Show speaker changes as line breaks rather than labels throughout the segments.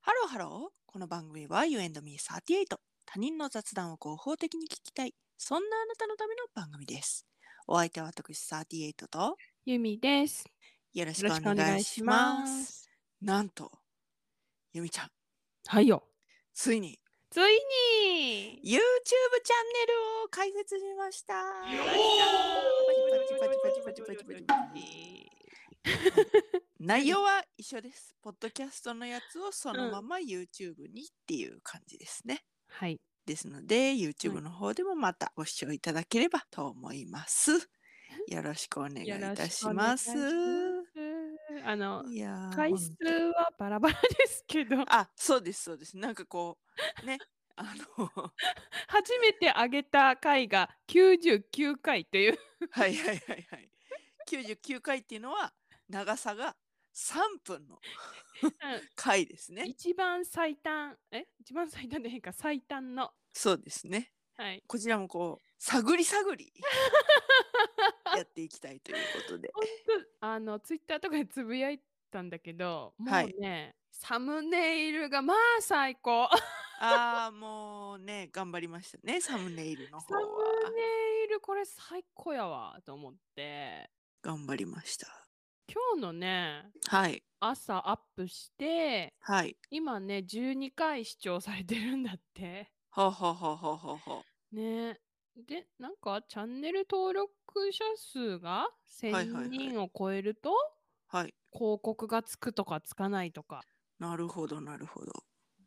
ハローハロー。この番組は You and Me38。他人の雑談を合法的に聞きたい。そんなあなたのための番組です。お相手は私38と
ゆみです。
よろしくお願いします。なんと、ゆみちゃん、
はいよ。
ついに
つい
YouTube
に
チャンネルを開設しました。内容は一緒です。ポッドキャストのやつをそのまま YouTube にっていう感じですね。
はい。
ですので
は
YouTube
い
の方でもまたご視聴いただければと思います。よろしくお願いいたします。
よろしくお願いしますあの、
いやー
回
ほ
数
んと
はバラバラですけ ど、
あそうですそうですなんかこうね あのは
初めて上げた回が99回という。
いはいはいはい99回っていうのは長さが3分の回ですね。
一番最短、え一番最短で変か、最短の。
そうですね。
はい。
こちらもこう探り探 りやっていきたいということで。
本当あの、ツイッターとかでつぶやいたんだけど、もうね、
はい
サムネイルがまあ最高。
ああもうね頑張りましたねサムネイルの方
サム
は
ネイルこれ最高やわと思って
頑張りました
今日のね
はい
朝アップして
はい
今ね12回視聴されてるんだって
ほうほうほうほうほうほう
ねでなんかチャンネル登録者数が
いはいはい
1,000人を超えると、
はい
広告がつくとかつかないとか
なるほどなるほど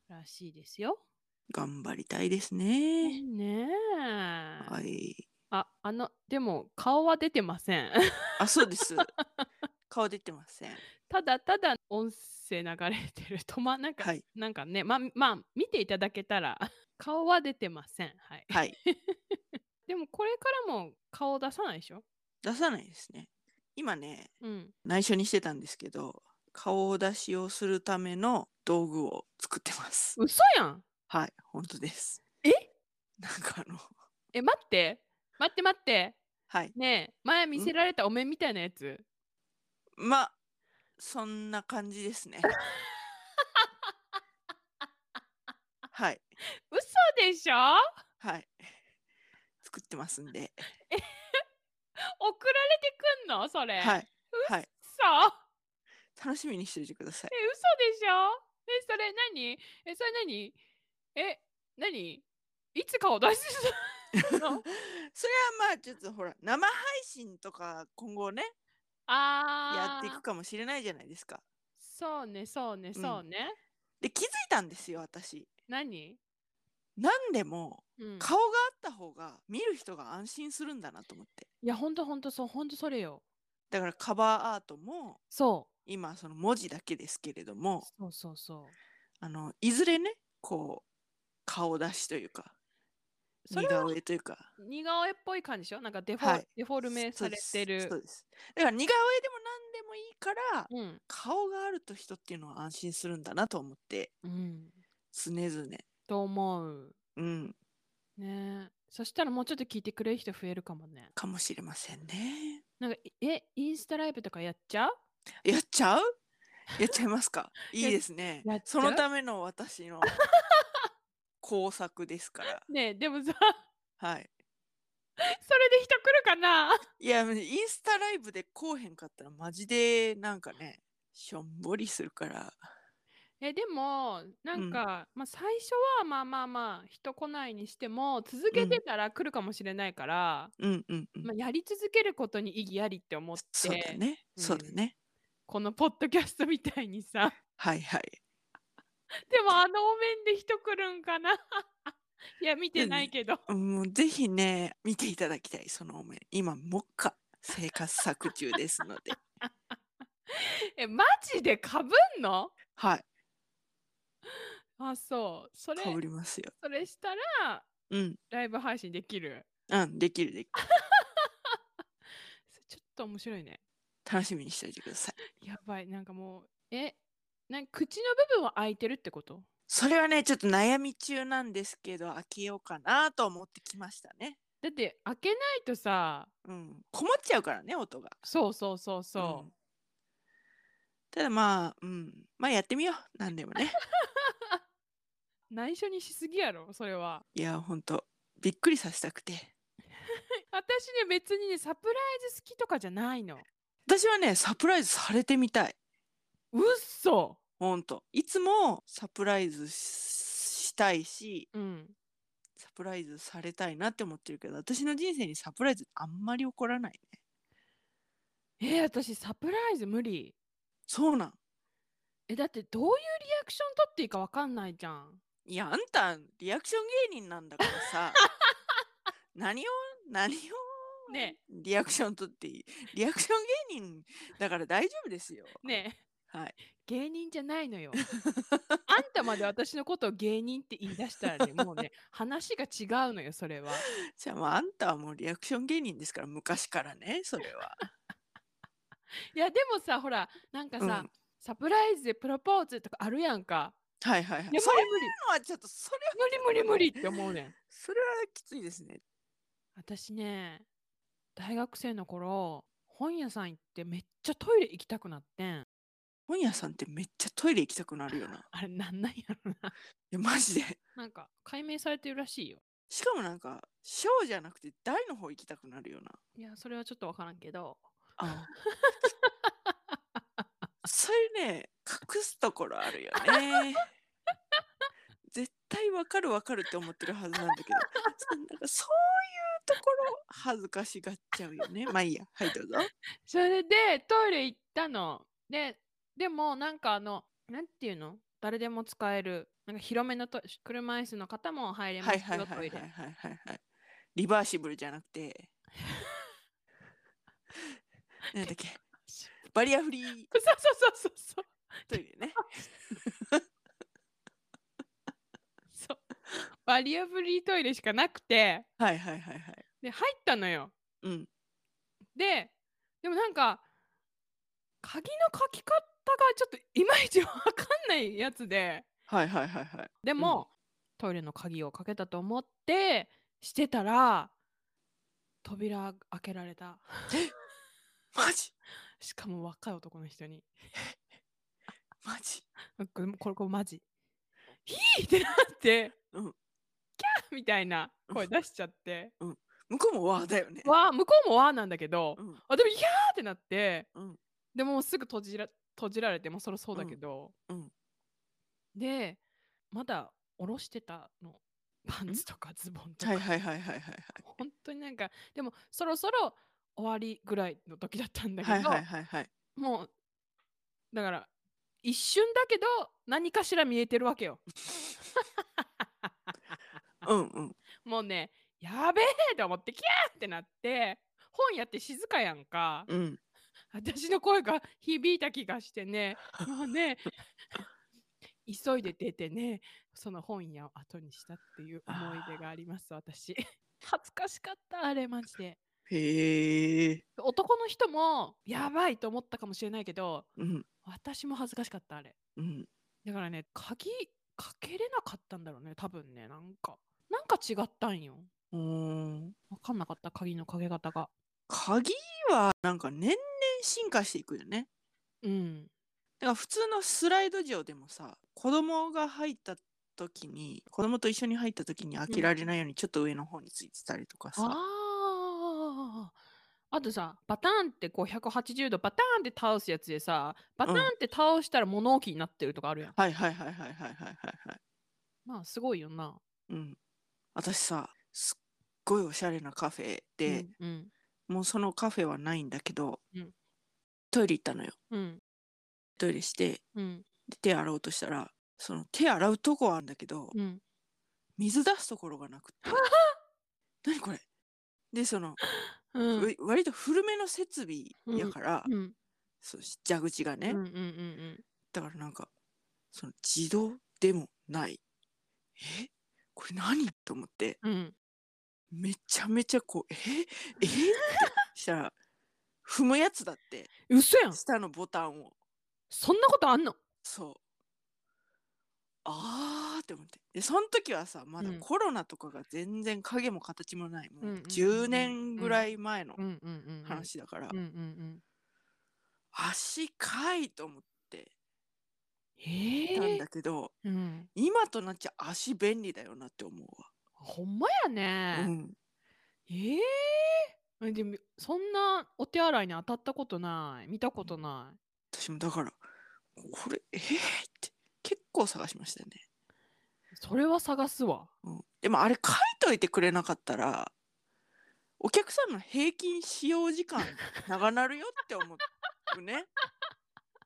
らしいですよ。
頑張りたいですね
ねえ。
はい
ああのでも顔は出てません。
あそうです顔出てません
ただただ音声流れてる とまあなんか、
はい
なんかねまあまあ見ていただけたら 顔は出てませんはい
はい
でもこれからも顔出さないでしょ
出さないですね今ね
うん
内緒にしてたんですけど顔出しをするための道具を作ってます
嘘やん
はい本当です
え
なんかあの
え待って待って待って
はい
ねえ前見せ
ん
られたお面みたいなやつ
まあそんな感じですね。はい
嘘でしょ
はい作ってますんで、
送られてくんのそれ
はいいはい
嘘
楽しみにしておいてください
え。嘘でしょえそれ何えそれ何え何いつ顔出し
それ はまあちょっとほら生配信とか今後ね
あ
や
ー
っていくかもしれないじゃないですか。
そうねそうね
うん
そうね、
で気づいたんですよ私。
何、
何でも
うん、
顔があった方が見る人が安心するんだなと思って。
いやほんとほんとそうほんとそれよ
だからカバーアートも
そ
今その文字だけですけれども
うそうそうそ
あのいずれねこう顔出しというか
うそ
似
れは
顔絵というか
似顔絵っぽい感じでしょなんかデフォ,、
はい
デフォルメされて
そ
る
うですそうですだから似顔絵でも何でもいいから
うん、
顔があると人っていうのは安心するんだなと思って
うん、
常々
と思う
うん
ねえそしたらもうちょっと聞いてくれる人増えるかもね
かもしれませんね
なんかいえインスタライブとかやっちゃう
やっちゃうやっちゃいますかいいですね
やっちゃ
そうのための私の工作ですから
ねえで もさ
はい
それで人来るかない
やインスタライブでこうへんかったらマジでなんかねしょんぼりするから
えでもな
うん
んか、まあ、最初はまあまあまあ人来ないにしても続けてたら来るかもしれないから、
うんうんうん
まあ、やり続けることに意義ありって思って
そうだね、
うん
そうだね
このポッドキャストみたいにさ
はいはい
でもあのお面で人来るんかな いや見てないけど
もうぜひね見ていただきたいそのお面今目下生活作中ですの で
えマジでかぶんの
はい
あそうそれ
かぶりますよ
それしたら
うん
ライブ配信できる
うんできるできる
それちょっと面白いね
楽しみにしておいてください
やばいなんかもうえなんか口の部分は開いてるってこと
それはねちょっと悩み中なんですけど開けようかなと思ってきましたね
だって開けないとさ
うんこもっちゃうからね音が
そうそうそうそう
うんただまあうんまあやってみよう何でもね
内緒にしすぎやろそれはい
やほんとびっくりさせたくて
私ね別にねサプライズ好きとかじゃないの
私はねサプライズされてみたいう
っそ
ほんといつもサプライズししたいし
うん
サプライズされたいなって思ってるけど私の人生にサプライズあんまり起こらないね
えー私サプライズ無理
そうなん
えだってどういうリアクション取っていいかわかんないじゃん
いやあんたリアクション芸人なんだから さ何を何を
ね
リアクション取っていいリアクション芸人だから大丈夫ですよ
えねえ
はい
芸人じゃな いのよあんたまで私のことを芸人って言い出したらねもうね話が違うのよそれは
じゃあまああんたはもうリアクション芸人ですから昔からねそれ は
いやでもさほらなんかさ、
うん
サプライズでプロポーズとかあるやんか
はいはいはい
いや
そう
無
いう
理無理
のはちょっとそれは
無理無理無理って思うねん
それはきついですね
私ね大学生の頃本屋さん行ってめっちゃトイレ行きたくなってん
本屋さんってめっちゃトイレ行きたくなる よない
あれなんなんやろな
やマジで
なんか解明されてるらしいよ
しかもなんか小じゃなくて大の方行きたくなるよない
やそれはちょっとわからんけど
あそれね隠すところあるよ ね絶対わかるわかるって思ってるはずなんだけどそなんかそういうところ恥ずかしがっちゃうよねまあいいやはいどうぞ
それでトイレ行ったのででもなんかあのなんていうの誰でも使えるなんか広めのトイ車椅子の方も入れま
は
す
いはいは
よ
いは
ト
い
イ
はい
レ
はいはいリバーシブルじゃなく てなんだっけバリアフリー
そうそうそうそう
トイレね
そうバリアフリートイレしかなくて
はいはいはいはい
で入ったのよ
うん
ででもなんか鍵の書き方がちょっといまいちわかんないやつで
はいはいはいはい
でも、トイレの鍵をかけたと思ってしてたら扉開けられた
マジ
しかも若い男の人に
マジ
これこれこれマジヒーってなって、
うん
キャーみたいな声出しちゃって
向こうもわーだよね
わあ向こうもわーなんだけど、
うん
あでも「いやー!」ってなって、
うん
でもうすぐ閉じら閉じられてもうそろそうだけど、
うんうん
でまだ下ろしてたのパンツとかズボンとか、
はいはいはいはいはいはい
本当になんかでもそろそろ終わりぐらいの時だったんだけど、
はいはいはいはい
もうだから一瞬だけど何かしら見えてるわけよ
うんうん
もうねやべえと思ってキャーってなって本やって静かやんか、
うん
私の声が響いた気がして ね、もうね、急いで出てね、その本屋を後にしたっていう思い出があります、私。恥ずかしかった、あれ、マジで。
へえ
男の人も、やばいと思ったかもしれないけど、
うん
私も恥ずかしかった、あれ。
うん
だからね、鍵かけれなかったんだろうね、多分ね、なんか。なんか違ったんよ。
うーん
わかんなかった、鍵のかけ方が。
鍵はなんか年々進化していくよね
うん。
だから普通のスライド上でもさ子供が入った時に子供と一緒に入った時に開けられないようにちょっと上の方についてたりとかさ、
ああ。あとさ、バタンってこう180度バタンって倒すやつでさ、バタンって倒したら物置になってるとかあるやん。
はいはいはいはいはいはいはいはい
まあすごいよな。
うん私さすっごいおしゃれなカフェ
う
で、
んうん
もうそのカフェはないんだけど、
うん
トイレ行ったのよ
うん
トイレして
うん
で手洗おうとしたらその手洗うとこはあるんだけど、
うん。
水出すところがなく て何これでその、
うん
わ割と古めの設備やから、
うん
そうし蛇口がね、
うんうんうん
だからなんかその自動でもないえこれ何と思って
うんうん。
めちゃめちゃこうええってしたら 踏むやつだって
嘘やん。
下のボタンを
そんなことあんの
そうあーって思ってでその時はさまだ
うん
コロナとかが全然影も形もない、
うん
も
うん
う
うんうん
10年ぐらい前の
うんうんうんうん。
話だから、
うんうんうん。
足かいと思って
え
たん
え
だけど、
うん。
今となっちゃ足便利だよなって思う
ほんまや
わ。
ね。
うん、
ええでもそんなお手洗いに当たったことない見たことない
私もだからこれえー、って結構探しましたね。
それは探すわ
うん、でもあれ書いといてくれなかったらお客さんの平均使用時間長なるよって思うね。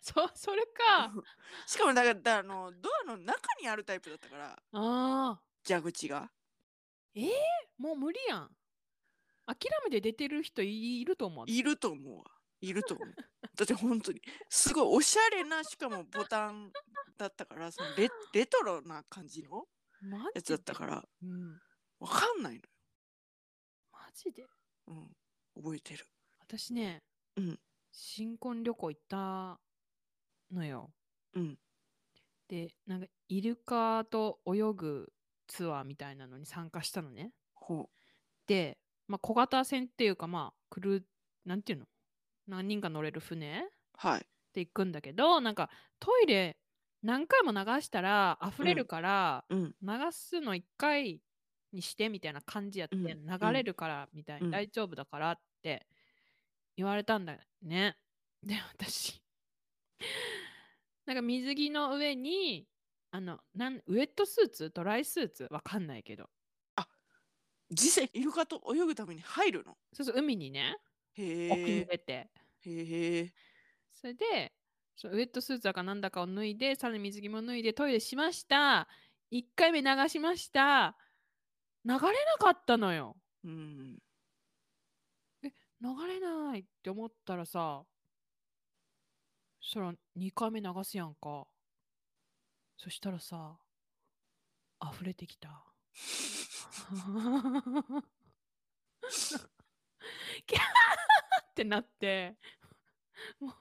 そ それか
しかもだからだからあのドアの中にあるタイプだったから
あー
蛇口が。
もう無理やん諦めて出てる人いいると思う
いると思うわ。いると思う。だって本当にすごいおしゃれなしかもボタンだったからそのレレトロな感じの
マジで
やつだったから
うん
わかんない
マジで
のよ。うん、覚えてる。
私ね、
うん
新婚旅行行ったのよ
うん
でなんかイルカと泳ぐツアーみたいなのに参加したのね
ほ
で、まあ、小型船っていうかまあクルーなんていうの何人か乗れる船
うはい。
で行くんだけどなんかトイレ何回も流したら溢れるから、
うん
流すの1回にしてみたいな感じやって、
うん
流れるからみたいな、
うん
大丈夫だからって言われたんだよね。 で私なんか水着の上にあのなんウェットスーツドライスーツわかんないけど
実際イルカと泳ぐために入るの。
そうそう海にね沖
へ
に
え。
出て、
へえ。
それでそのウェットスーツだかなんだかを脱いでさらに水着も脱いでトイレしました1回目流しました流れなかったのよ
うん。
流れないって思ったらさそしたら2回目流すやんかそしたらさ溢れてきた キャーってなってもう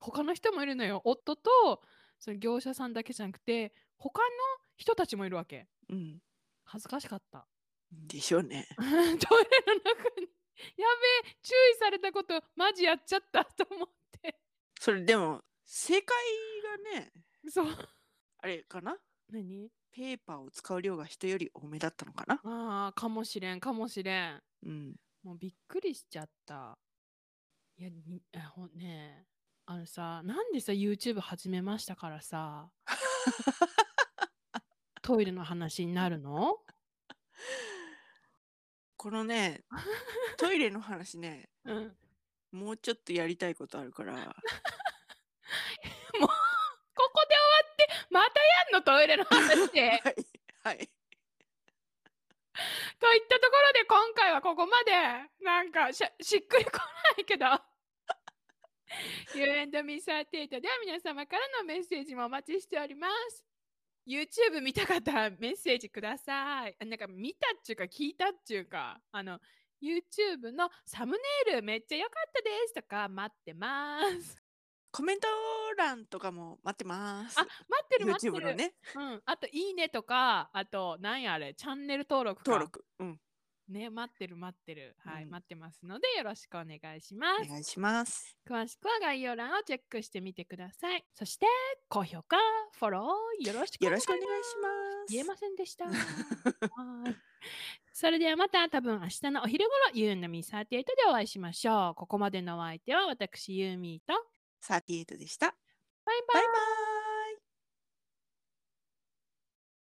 他の人もいるのよ夫とその業者さんだけじゃなくて他の人たちもいるわけ
うん。
恥ずかしかった
でしょうね。
トイレの中にやべえ注意されたことマジやっちゃったと思って
それでも正解がね
そう
あれかな
何
ペーパーを使う量が人より多めだったのかな。
あーかもしれんかもしれん
うん。
もうびっくりしちゃったいやにあほんねえあのさなんでさ YouTube 始めましたからさトイレの話になるの
このね トイレの話ね
うん
もうちょっとやりたいことあるから
ここで終わってまたやんのトイレの話
は
で
いはい
といったところで今回はここまでなんかしゃしっくりこないけど You and me サーテイトでは皆様からのメッセージもお待ちしております YouTube 見た方はメッセージくださいあなんか見たっちゅうか聞いたっちゅうかあの YouTube のサムネイルめっちゃ良かったですとか待ってます
コメント欄とかも待ってます
あ待ってる待って
YouTube
る、
のね
うん、あといいねとかあとなんやあれチャンネル登録か
登録うん
ね、待ってる待ってる。はい、
うん
待ってますのでよろしくお願いしま
お
す。
願いします
詳しくは概要欄をチェックしてみてください。そして、高評価、フォローよろしく
よろしくお願いし
す。
ます
言えません でした。はーいそれではまた多分明日のお昼頃、ユーナミ38でお会いしましょう。ここまでのお相手は私、ユーミーと、
38でした
バイバ
バ
イ
イバイ